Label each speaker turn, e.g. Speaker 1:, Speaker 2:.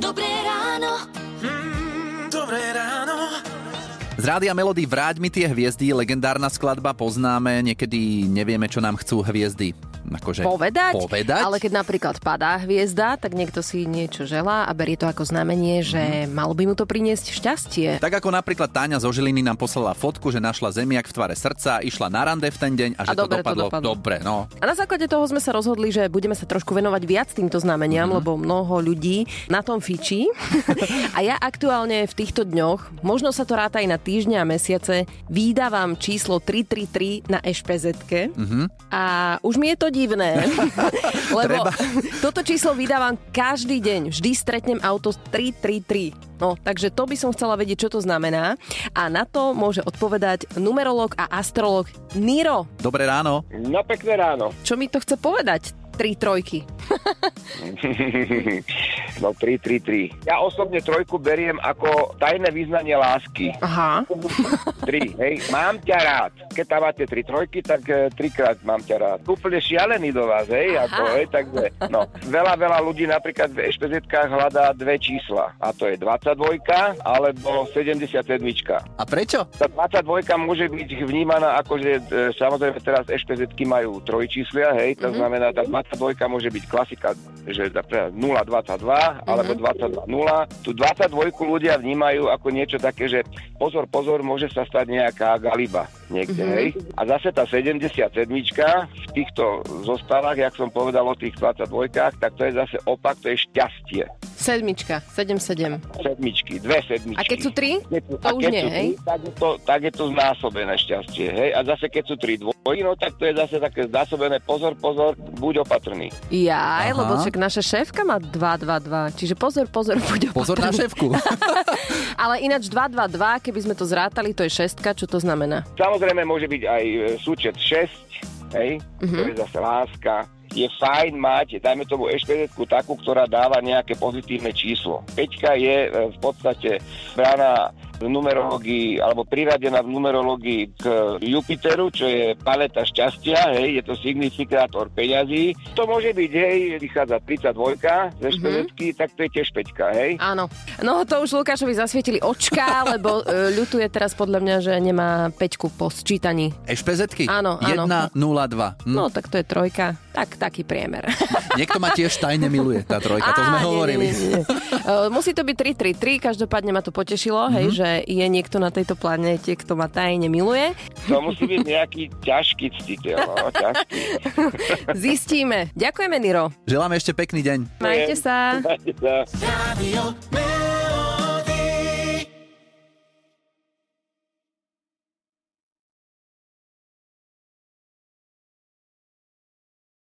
Speaker 1: Dobré ráno.
Speaker 2: Dobré ráno.
Speaker 3: Z rádia Melody Vráť mi tie hviezdy, legendárna skladba, poznáme, niekedy nevieme, čo nám chcú hviezdy. Akože
Speaker 4: povedať,
Speaker 3: povedať.
Speaker 4: ale keď napríklad padá hviezda, tak niekto si niečo želá a berie to ako znamenie, že malo by mu to priniesť šťastie.
Speaker 3: Mhm. Tak ako napríklad Táňa zo Žiliny nám poslala fotku, že našla zemiak v tvare srdca, išla na rande v ten deň a že
Speaker 4: A dobre
Speaker 3: to,
Speaker 4: to
Speaker 3: dopadlo
Speaker 4: dopadlo.
Speaker 3: dobre. No.
Speaker 4: A na základe toho sme sa rozhodli, že budeme sa trošku venovať viac týmto znameniam, mm-hmm. lebo mnoho ľudí na tom fičí. a ja aktuálne v týchto dňoch, možno sa to ráta aj na týždne a mesiace, vydávam číslo 333 na ešpz mm-hmm. a už mi je to divné, lebo
Speaker 3: Treba.
Speaker 4: toto číslo vydávam každý deň. Vždy stretnem auto 333. No, takže to by som chcela vedieť, čo to znamená. A na to môže odpovedať numerolog a astrolog Niro.
Speaker 3: Dobré ráno.
Speaker 5: No pekné ráno.
Speaker 4: Čo mi to chce povedať? Tri trojky.
Speaker 5: No 3, 3, 3. Ja osobne trojku beriem ako tajné význanie lásky.
Speaker 4: Aha.
Speaker 5: 3, hej. Mám ťa rád. Keď tam máte 3 trojky, tak e, trikrát mám ťa rád. Úplne šialený do vás, hej. Ako, hej takže, no. Veľa, veľa ľudí napríklad v ešpz hľadá dve čísla. A to je 22 alebo 77.
Speaker 3: A prečo?
Speaker 5: Tá 22 môže byť vnímaná ako, že e, samozrejme teraz ešpz majú trojčíslia, hej, to
Speaker 4: Mhm.
Speaker 5: mm-hmm. znamená, tá 22 môže byť klasika, že napríklad 022 alebo
Speaker 4: Mhm.
Speaker 5: 22 0. Tú 22 ľudia vnímajú ako niečo také, že pozor, pozor, môže sa stať nejaká galiba niekde,
Speaker 4: Mhm.
Speaker 5: mm-hmm. hej. A zase tá 77 v týchto zostavách, jak som povedal o tých 22 tak to je zase opak, to je šťastie.
Speaker 4: Sedmička, sedem, sedem.
Speaker 5: Sedmičky, dve sedmičky.
Speaker 4: A keď sú tri?
Speaker 5: Keď sú-
Speaker 4: To
Speaker 5: a
Speaker 4: už
Speaker 5: keď
Speaker 4: nie,
Speaker 5: sú
Speaker 4: hej?
Speaker 5: tri, Tak je, to, tak je to znásobené šťastie, hej? A zase keď sú tri dvoji, no tak to je zase také znásobené pozor, pozor, buď opatrný.
Speaker 4: Jaj,
Speaker 3: Aha.
Speaker 4: lebo však naša šéfka má 222, čiže pozor, pozor, buď
Speaker 3: Pozor na
Speaker 4: opatrný.
Speaker 3: šéfku.
Speaker 4: Ale ináč 222, keby sme to zrátali, to je šestka, čo to znamená?
Speaker 5: Samozrejme môže byť aj e, súčet 6, hej? To je zase láska. Je fajn mať, dajme tomu ešpz takú, ktorá dáva nejaké pozitívne číslo. Peťka je e, v podstate braná v numerológii, alebo priradená v numerológii k Jupiteru, čo je paleta šťastia, hej, je to signifikátor peňazí. To môže byť, hej, vychádza 32 ze špedecky, mm-hmm. tak to je tiež peťka, hej.
Speaker 4: Áno. No to už Lukášovi zasvietili očka, lebo e, ľutuje teraz podľa mňa, že nemá peťku po sčítaní.
Speaker 3: Ešpezetky?
Speaker 4: Áno, áno.
Speaker 3: 1, 0, 2. Hm.
Speaker 4: No tak to je trojka. Tak, taký priemer.
Speaker 3: Niekto ma tiež tajne miluje, tá trojka, to
Speaker 4: Á,
Speaker 3: sme
Speaker 4: nie, nie,
Speaker 3: hovorili.
Speaker 4: nie, nie. E, Musí to byť 3-3-3, každopádne ma to potešilo, hej,
Speaker 3: Mhm.
Speaker 4: že je niekto na tejto planéte, kto ma tajne miluje.
Speaker 5: To musí byť nejaký ťažký ctiteľ, no, ťažký.
Speaker 4: Zistíme. Ďakujeme, Niro.
Speaker 3: Želáme ešte pekný deň.
Speaker 4: Majte sa.
Speaker 5: Majte sa.
Speaker 2: Radio Melody.